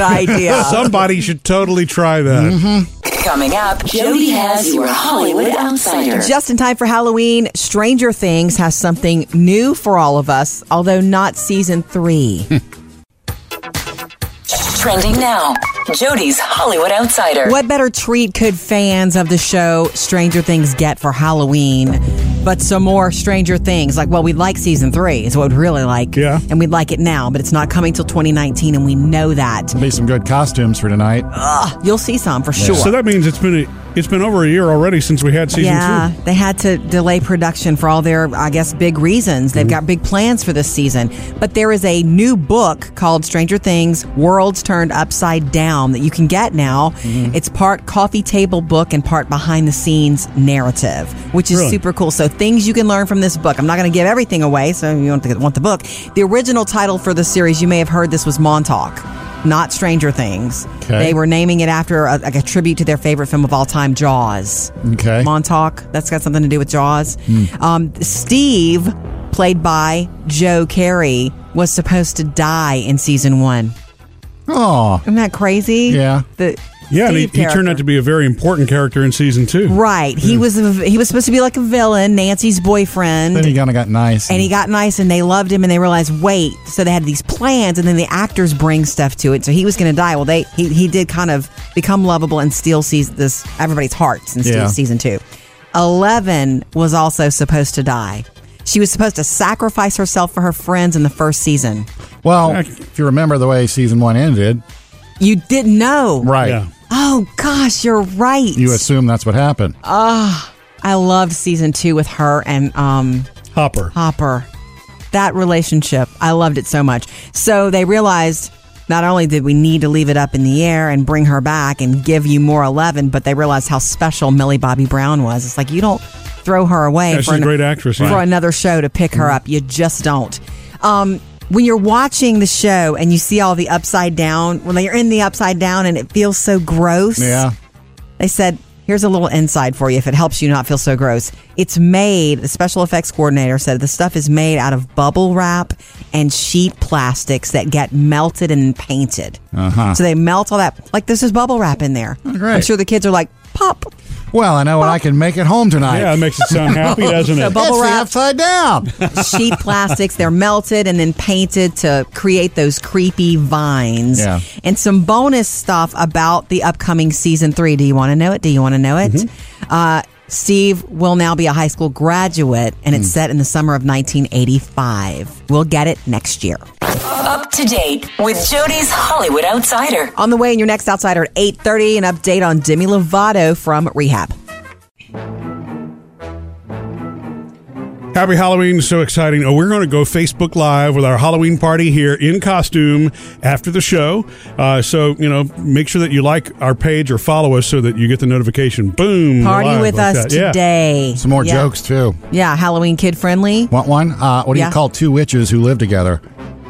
idea. Mm-hmm,
Somebody should totally try that.
Coming up, Jody has your Hollywood Outsider.
Just in time for Halloween, Stranger Things has something new for all of us, although not season three.
Trending now, Jody's Hollywood Outsider.
What better treat could fans of the show Stranger Things get for Halloween? But some more Stranger Things. Like, well, we'd like season three, is what we'd really like. Yeah. And we'd like it now, but it's not coming till 2019, and we know that.
Be some good costumes for tonight.
Ugh, you'll see some for sure.
So that means it's been a, it's been over a year already since we had season
yeah,
two.
they had to delay production for all their, I guess, big reasons.
Mhm.
They've got big plans for this season. But there is a new book called Stranger Things Worlds Turned Upside Down that you can get now.
Mm-hmm.
It's part coffee table book and part behind the scenes narrative, which is
Really?
super cool. So, things you can learn from this book. I'm not going to give everything away, so you don't want the book. The original title for the series, you may have heard this was Montauk. Not Stranger Things.
Okay.
They were naming it after a, like a tribute to their favorite film of all time, Jaws.
Okay.
Montauk. That's got something to do with Jaws.
Hmm.
Um, Steve, played by Joe Carey, was supposed to die in season one.
Oh,
isn't that crazy?
Yeah.
The
Yeah, and he,
Steve
he turned
character.
out to be a very important character in season two.
Right. He was a, he was supposed to be like a villain, Nancy's boyfriend.
Then he kind of got nice.
and he got nice and they loved him and they realized wait so they had these plans and then the actors bring stuff to it so he was going to die well they he, he did kind of become lovable and steal sees this everybody's hearts in steal
Yeah.
season two 11 was also supposed to die she was supposed to sacrifice herself for her friends in the first season
Well, if you remember the way season one ended,
you didn't know.
Right.
oh gosh you're right
You assume that's what happened.
Ah, I loved season two with her and um
Hopper.
Hopper. That relationship. I loved it so much. So they realized not only did we need to leave it up in the air and bring her back and give you more eleven, but they realized how special Millie Bobby Brown was. It's like you don't throw her away
Yeah, she's
for
a great actress,
for
yeah. Mm-hmm.
another show to pick her up. You just don't. Um when you're watching the show and you see all the upside down, when you're in the upside down and it feels so gross.
Yeah.
They said, here's a little inside for you if it helps you not feel so gross. It's made, the special effects coordinator said, the stuff is made out of bubble wrap and sheet plastics that get melted and painted.
Uh-huh.
So they melt all that. Like, this is bubble wrap in there. I'm sure the kids are like, pop.
Well, I know when I can make it home tonight.
Yeah, it makes it sound happy, doesn't
So
it?
bubble wrap
upside down.
sheet plastics. They're melted and then painted to create those creepy vines.
Yeah.
And some bonus stuff about the upcoming season three. Do you want to know it? Do you want to know it?
Mm-hmm.
Uh, Steve will now be a high school graduate, and
Mm.
it's set in the summer of 1985. We'll get it next year.
Up to date with Jody's Hollywood Outsider.
On the way in your next Outsider at 8.30, an update on Demi Lovato from Rehab.
Happy Halloween. So exciting. Oh, we're going to go Facebook Live with our Halloween party here in costume after the show. Uh, so, you know, make sure that you like our page or follow us so that you get the notification. Boom.
Party
live
with
like
us
that. Yeah.
today.
Some more
Yeah.
jokes too.
Yeah, Halloween kid friendly.
Want one? Uh, what do
Yeah.
you call two witches who live together?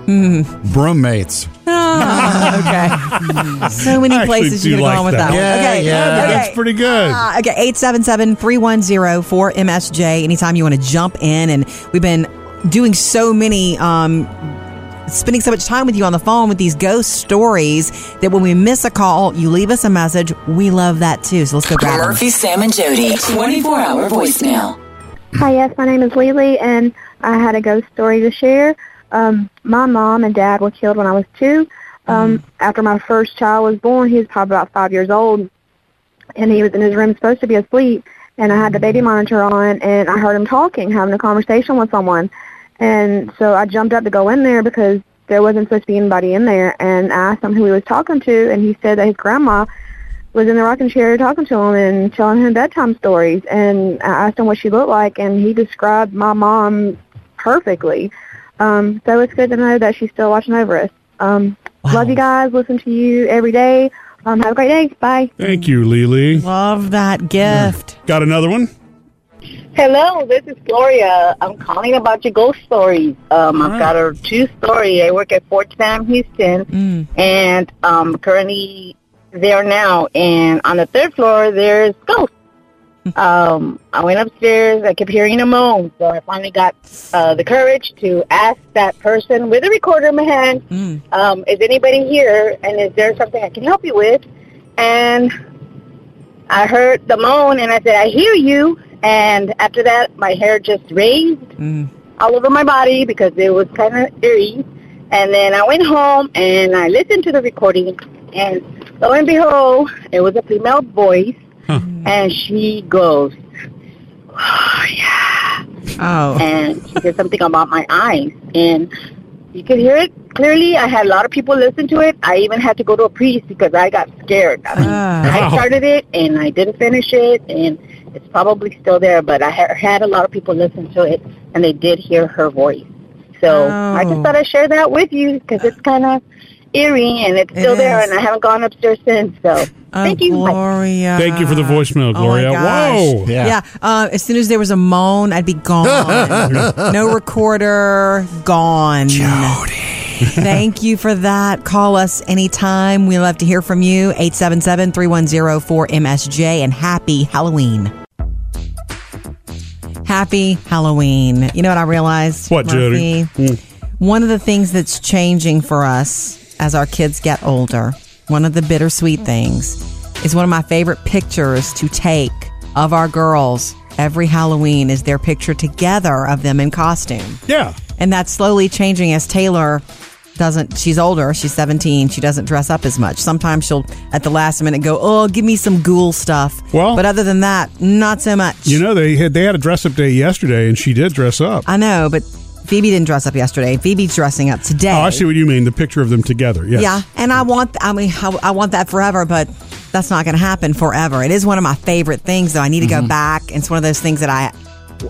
Hmm.
Broommates.
Ah, okay. so many
I actually
places you
do
could
like
go on with
that.
that,
Yeah,
one. Okay.
yeah.
okay.
That's
pretty good.
Ah, okay. 877 310 4MSJ. Anytime you want to jump in. And we've been doing so many. Um, Spending so much time with you on the phone with these ghost stories that when we miss a call, you leave us a message. We love that too. So let's go grab 'em.
Murphy, Sam, and Jody. 24 hour voicemail.
Hi, yes, my name is Lily, and I had a ghost story to share. Um, my mom and dad were killed when I was two. Um, After my first child was born, he was probably about five years old, and he was in his room supposed to be asleep. And I had the baby monitor on, and I heard him talking, having a conversation with someone. And so I jumped up to go in there because there wasn't supposed to be anybody in there. And I asked him who he was talking to, and he said that his grandma was in the rocking chair talking to him and telling him bedtime stories. And I asked him what she looked like, and he described my mom perfectly. Um, so it's good to know that she's still watching over us. Um, Love you guys. Listen to you every day. Um, have a great day. Bye.
Thank you, Lily. Mm.
Love that gift.
Got another one?
Hello, this is Gloria. I'm calling about your ghost stories. Um, I've got a true story. I work at Fort Sam Houston, and um, currently there now. And on the third floor, there's ghosts. um, I went upstairs. I kept hearing a moan, so I finally got uh, the courage to ask that person with a recorder in my hand, um, "Is anybody here? And is there something I can help you with?" And I heard the moan and I said, I hear you. And after that, my hair just raised all over my body because it was kind of eerie. And then I went home and I listened to the recording. And lo and behold, it was a female voice. And she goes,
Oh.
and she said something about my eyes. And you could hear it clearly. I had a lot of people listen to it. I even had to go to a priest because I got scared. I, mean, I started it and I didn't finish it, and it's probably still there. But I ha- had a lot of people listen to it, and they did hear her voice. So I just
Oh.
thought I'd share that with you because it's kind of eerie and it's still there, and I haven't gone upstairs since. So
Uh,
thank you. Bye.
Oh, Gloria.
Thank you for the voicemail, Gloria.
Uh, oh gosh.
Whoa.
Yeah. uh, as soon as there was a moan, I'd be gone. no recorder, gone. Jody. Thank you for that. Call us anytime. We love to hear from you. 877 310 4MSJ. And happy Halloween. Happy Halloween. You know what I realized?
What, Jody? Mm.
Murphy? One of the things that's changing for us as our kids get older, one of the bittersweet things, is one of my favorite pictures to take of our girls every Halloween is their picture together of them in costume.
Yeah.
And that's slowly changing as Taylor doesn't she's older she's 17 she doesn't dress up as much sometimes she'll at the last minute go oh give me some ghoul stuff well but other than that not so much
You know, they had, they had a dress up day yesterday, and she did dress up.
i know but phoebe didn't dress up yesterday phoebe's dressing up today
Oh, I see what you mean. The picture of them together. Yes.
Yeah, and I want I mean I, I want that forever, but that's not going to happen forever. It is one of my favorite things though. I need to go back. It's one of those things that I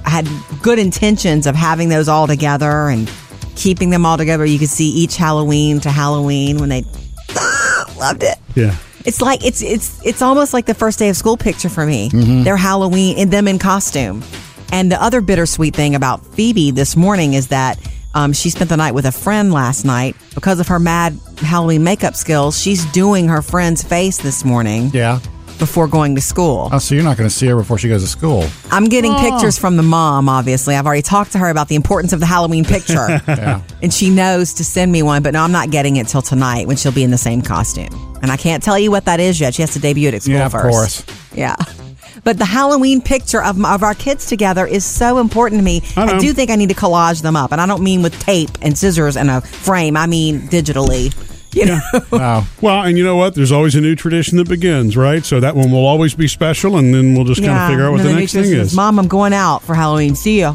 had good intentions of having those all together and keeping them all together. You could see each Halloween to Halloween when they loved it.
Yeah.
It's like it's it's it's almost like the first day of school picture for me.
Mhm.
They're Halloween and them in costume. And the other bittersweet thing about Phoebe this morning is that um, she spent the night with a friend last night because of her mad Halloween makeup skills. She's doing her friend's face this morning.
Yeah.
Before going to school.
Oh, so you're not going to see her before she goes to school.
I'm getting
Oh.
pictures from the mom, obviously. I've already talked to her about the importance of the Halloween picture.
Yeah.
And she knows to send me one, but no, I'm not getting it till tonight when she'll be in the same costume. And I can't tell you what that is yet. She has to debut it at school
Yeah, of
first.
course.
Yeah. But the Halloween picture of, my- of our kids together is so important to me.
I know.
do think I need to collage them up. And I don't mean with tape and scissors and a frame, I mean digitally. You know?
Wow.
Well, and you know what? There's always a new tradition that begins, right? So that one will always be special, and then we'll just kind of figure out what
and
the
then
next
they
thing
just says,
is.
Mom, I'm going out for Halloween. See ya.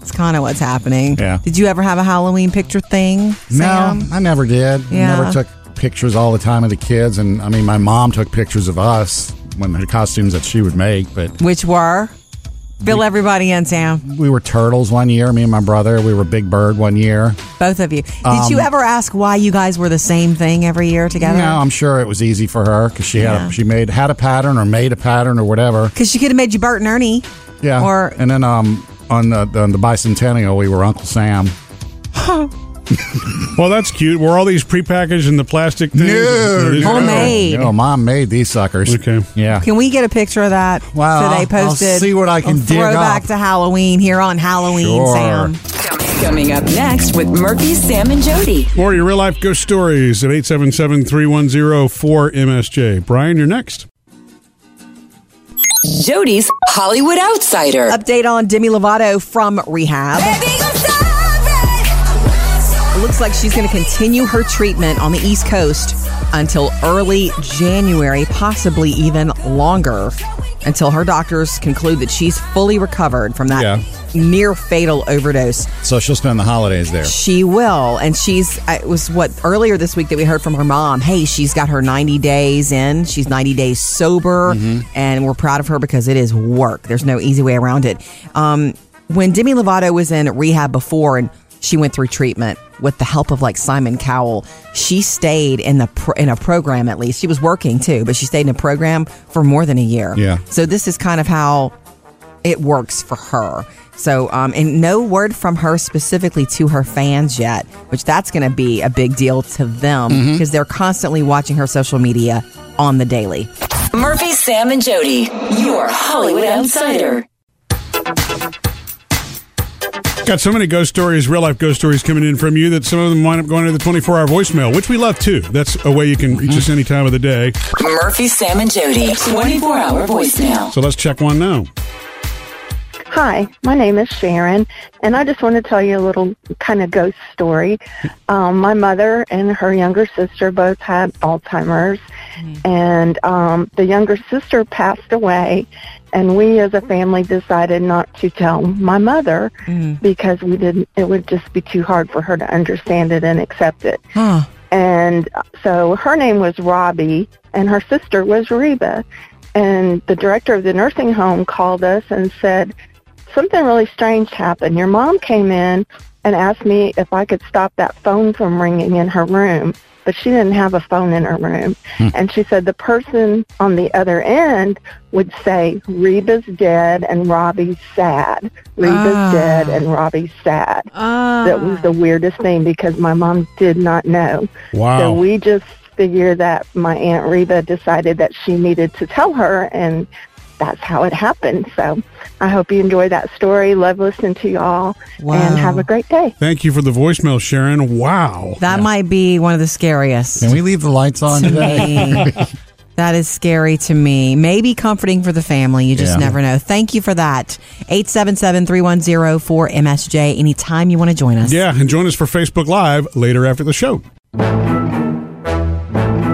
It's kind of what's happening.
Yeah.
Did you ever have a Halloween picture thing? Sam?
No, I never did. I
Yeah.
never took pictures all the time of the kids. And I mean, my mom took pictures of us when her costumes that she would make, but
Which were? Fill everybody in, Sam.
we were turtles one year, me and my brother. We were Big Bird one year.
Both of you. Did
Um,
you ever ask why you guys were the same thing every year together?
No, I'm sure it was easy for her because she had
Yeah.
a, she made had a pattern or made a pattern or whatever.
Because she could have made you Bert and Ernie.
Yeah.
Or-
and then um on the on the bicentennial we were Uncle Sam.
well, that's cute. Were all these prepackaged in the plastic things? These-
Homemade.
No, mom made these suckers. Okay. Yeah.
Can we get a picture of that?
Well,
Today
I'll- I'll
posted.
see what I can dig
Throwback
up.
to Halloween here on Halloween,
Sure.
Sam.
Coming up next with Murphy, Sam, and Jody.
More of your real life ghost stories at 877 310 4MSJ. Brian, you're next.
Jody's Hollywood Outsider.
Update on Demi Lovato from rehab. It looks like she's going to continue her treatment on the East Coast until early January, possibly even longer, until her doctors conclude that she's fully recovered from that
Yeah.
near fatal overdose.
So she'll spend the holidays there.
She will, and she's. uh, It was what earlier this week that we heard from her mom. Hey, she's got her ninety days in. She's ninety days sober,
Mm-hmm.
and we're proud of her because it is work. There's no easy way around it. Um, when Demi Lovato was in rehab before, and She went through treatment with the help of like Simon Cowell. She stayed in the pr- in a program at least. She was working too, but she stayed in a program for more than a year.
Yeah.
So this is kind of how it works for her. So, um, and no word from her specifically to her fans yet, which that's going to be a big deal to them
Mhm.
because they're constantly watching her social media on the daily.
Murphy, Sam, and Jody, your Hollywood outsider.
Got so many ghost stories, real life ghost stories coming in from you that some of them wind up going to the 24 hour voicemail, which we love too. That's a way you can reach us
Mm.
any time of the day.
Murphy, Sam, and Jody, 24 hour voicemail.
So let's check one now.
Hi, my name is Sharon, and I just want to tell you a little kind of ghost story. Um, my mother and her younger sister both had Alzheimer's, and um, the younger sister passed away, and we as a family decided not to tell my mother because we didn't. It would just be too hard for her to understand it and accept it.
Huh.
And so her name was Robbie, and her sister was Reba. And the director of the nursing home called us and said, Something really strange happened. Your mom came in and asked me if I could stop that phone from ringing in her room, but she didn't have a phone in her room.
Hmm.
And she said the person on the other end would say, Reba's dead and Robbie's sad. Reba's
Ah.
dead and Robbie's sad. That was the weirdest thing because my mom did not know.
Wow.
So we just figured that my Aunt Reba decided that she needed to tell her, and that's how it happened. So I hope you enjoy that story. Love listening to y'all, and have a great day.
Thank you for the voicemail, Sharon. Wow.
That might be one of the scariest.
Can we leave the lights on
To
today?
me. that is scary to me. Maybe comforting for the family. You just
Yeah.
never know. Thank you for that. 877-310-4MSJ. Anytime you want to join us.
Yeah, and join us for Facebook Live later after the show.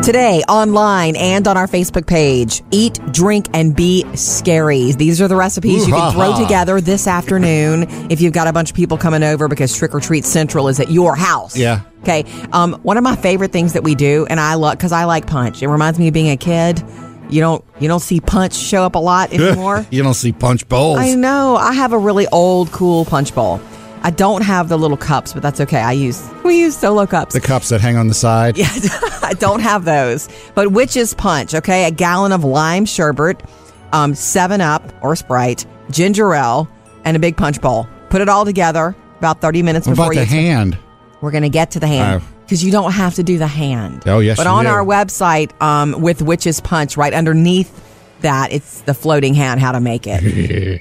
Today, online and on our Facebook page, eat, drink, and be scary. These are the recipes you can throw
Ooh-ha-ha.
together this afternoon if you've got a bunch of people coming over because Trick or Treat Central is at your house.
Yeah.
Okay. Um, one of my favorite things that we do, and I love because I like punch. It reminds me of being a kid. You don't you don't see punch show up a lot anymore.
you don't see punch bowls.
I know. I have a really old, cool punch bowl. I don't have the little cups, but that's okay. I use we use solo cups.
The cups that hang on the side.
Yeah, I don't have those. But witch's punch, okay? A gallon of lime sherbet, um, Seven Up or Sprite, ginger ale, and a big punch bowl. Put it all together about thirty minutes
What
before
about
you.
the hand? Uh,
We're gonna get to the hand because you don't have to do the hand.
Oh, yes,
But
you
on
do.
our website, um, with witch's punch, right underneath that, it's the floating hand. How to make it?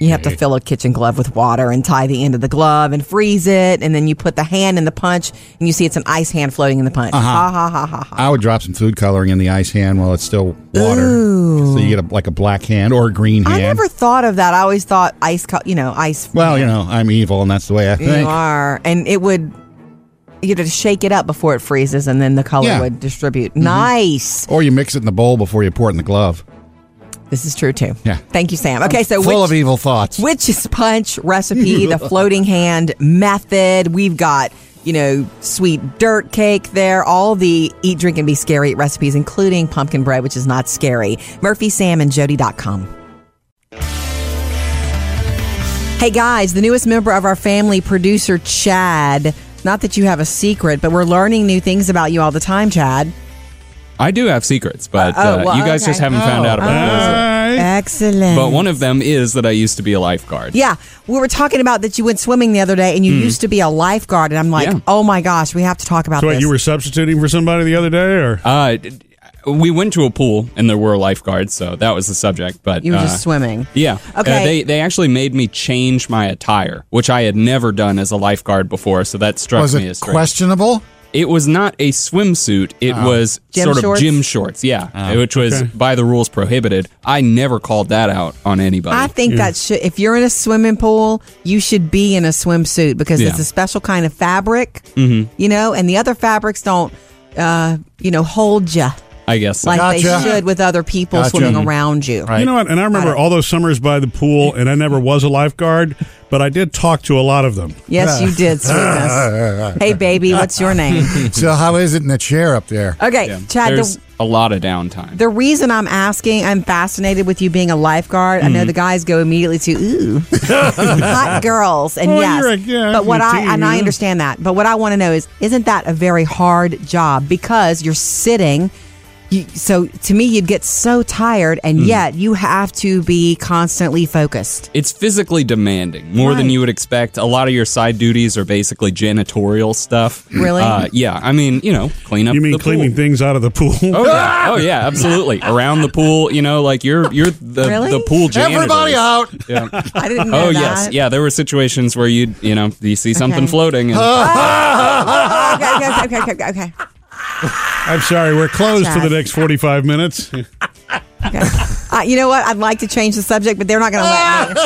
you have to fill a kitchen glove with water and tie the end of the glove and freeze it, and then you put the hand in the punch, and you see it's an ice hand floating in the punch.
Uh-huh.
Ha ha ha ha.
I would drop some food coloring in the ice hand while it's still water. So you get a, like a black hand or a green hand.
I never thought of that. I always thought ice, co- you know, ice.
well, you know, I'm evil, and that's the way I
you
think.
are, and it would. You had to shake it up before it freezes, and then the color
Yeah. Mm-hmm.
would distribute. Nice.
Or you mix it in the bowl before you pour it in the glove.
This is true too.
Yeah.
Thank you, Sam. Okay, so
full
which,
of evil thoughts.
witch's punch recipe, the floating hand method. We've got you know sweet dirt cake there. All the eat, drink, and be scary recipes, including pumpkin bread, which is not scary. Murphy, Sam, and Jody.com. Hey guys, the newest member of our family, producer Chad. Not that you have a secret, but we're learning new things about you all the time, Chad.
I do have secrets, but
Uh, oh,
uh,
well,
you guys
okay.
just haven't found
Oh,
out about those.
Excellent.
But one of them is that I used to be a lifeguard.
Yeah, we were talking about that you went swimming the other day, and you
Hmm.
used to be a lifeguard, and I'm like, oh my gosh, we have to talk about
So wait,
this.
you
were substituting for somebody the other day, or
Uh, d- we went to a pool and there were lifeguards, so that was the subject. But
You were
uh,
just swimming.
Yeah.
Okay.
Uh, they they actually made me change my attire, which I had never done as a lifeguard before, so that struck
Was
me
it
as strange.
questionable?
It was not a swimsuit. It
Oh.
was
Gym
sort
shorts?
of gym shorts, yeah,
Oh,
which was
okay.
by the rules prohibited. I never called that out on anybody.
I think that should, if you're in a swimming pool, you should be in a swimsuit because it's
Yeah.
a special kind of fabric,
hmm
you know, and the other fabrics don't, uh, you know, hold you
I guess so.
like they should with other people
Gotcha.
swimming around you.
You know what? And I remember all those summers by the pool, and I never was a lifeguard. but I did talk to a lot of them.
Yes, you did, sweetness. hey, baby, what's your name?
so how is it in the chair up there?
Okay, Chad,
There's
the,
a lot of downtime.
the reason I'm asking, I'm fascinated with you being a lifeguard. I know
Mhm.
the guys go immediately to, ooh, hot girls. And
Well,
yes,
you're a- yeah,
but what
you're a
I, and I
teen.
understand that. But what I want to know is, isn't that a very hard job? Because you're sitting. You, so to me, you'd get so tired, and
Mhm.
yet you have to be constantly focused.
It's physically demanding more than
Right.
you would expect. A lot of your side duties are basically janitorial stuff.
Really?
Uh, yeah. I mean, you know, clean up.
You mean
the pool.
cleaning things out of the pool?
Oh yeah. oh yeah, absolutely. Around the pool, you know, like you're you're the
Really?
the pool janitor.
Everybody
out.
Yeah.
I didn't know
Oh
that.
yes, yeah. There were situations where you you know you see something
Okay.
floating. And,
Oh, okay, okay, okay, okay, okay.
I'm sorry, we're closed for
Chad.
the next 45
Oh,
minutes.
Uh, you know what? I'd like to change the subject, but they're not going to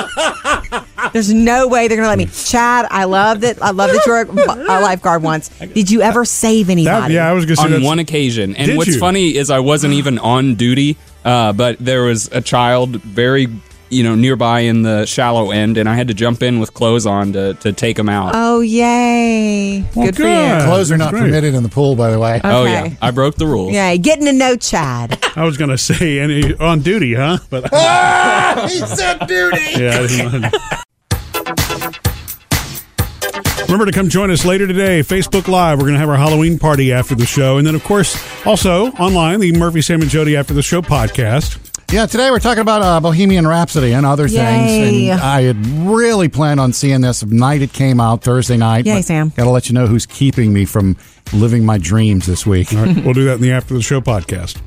let me. There's no way they're going to let me. Chad, I love that. I love that you're a, a lifeguard once. Did you ever save anybody?
on one occasion. And
Did
what's
you?
funny is I wasn't even on duty, uh, but there was a child very you know nearby in the shallow end, and I had to jump in with clothes on to to take him out.
Oh, yay. good, for you.
Clothes are not permitted in the pool, by the way.
Oh yeah, I broke the rules.
Yay, getting to know Chad.
I was going to say any on duty, huh? But
he said duty.
yeah. I didn't want to. Remember to come join us later today, Facebook Live. We're going to have our Halloween party after the show. And then, of course, also online, the Murphy, Sam, and Jody After the Show podcast.
Yeah, today we're talking about uh, Bohemian Rhapsody and other
Yay.
things. And I had really planned on seeing this the night it came out Thursday night.
Yay,
but
Sam.
Gotta let you know who's keeping me from living my dreams this week.
All right, we'll do that in the After the Show podcast.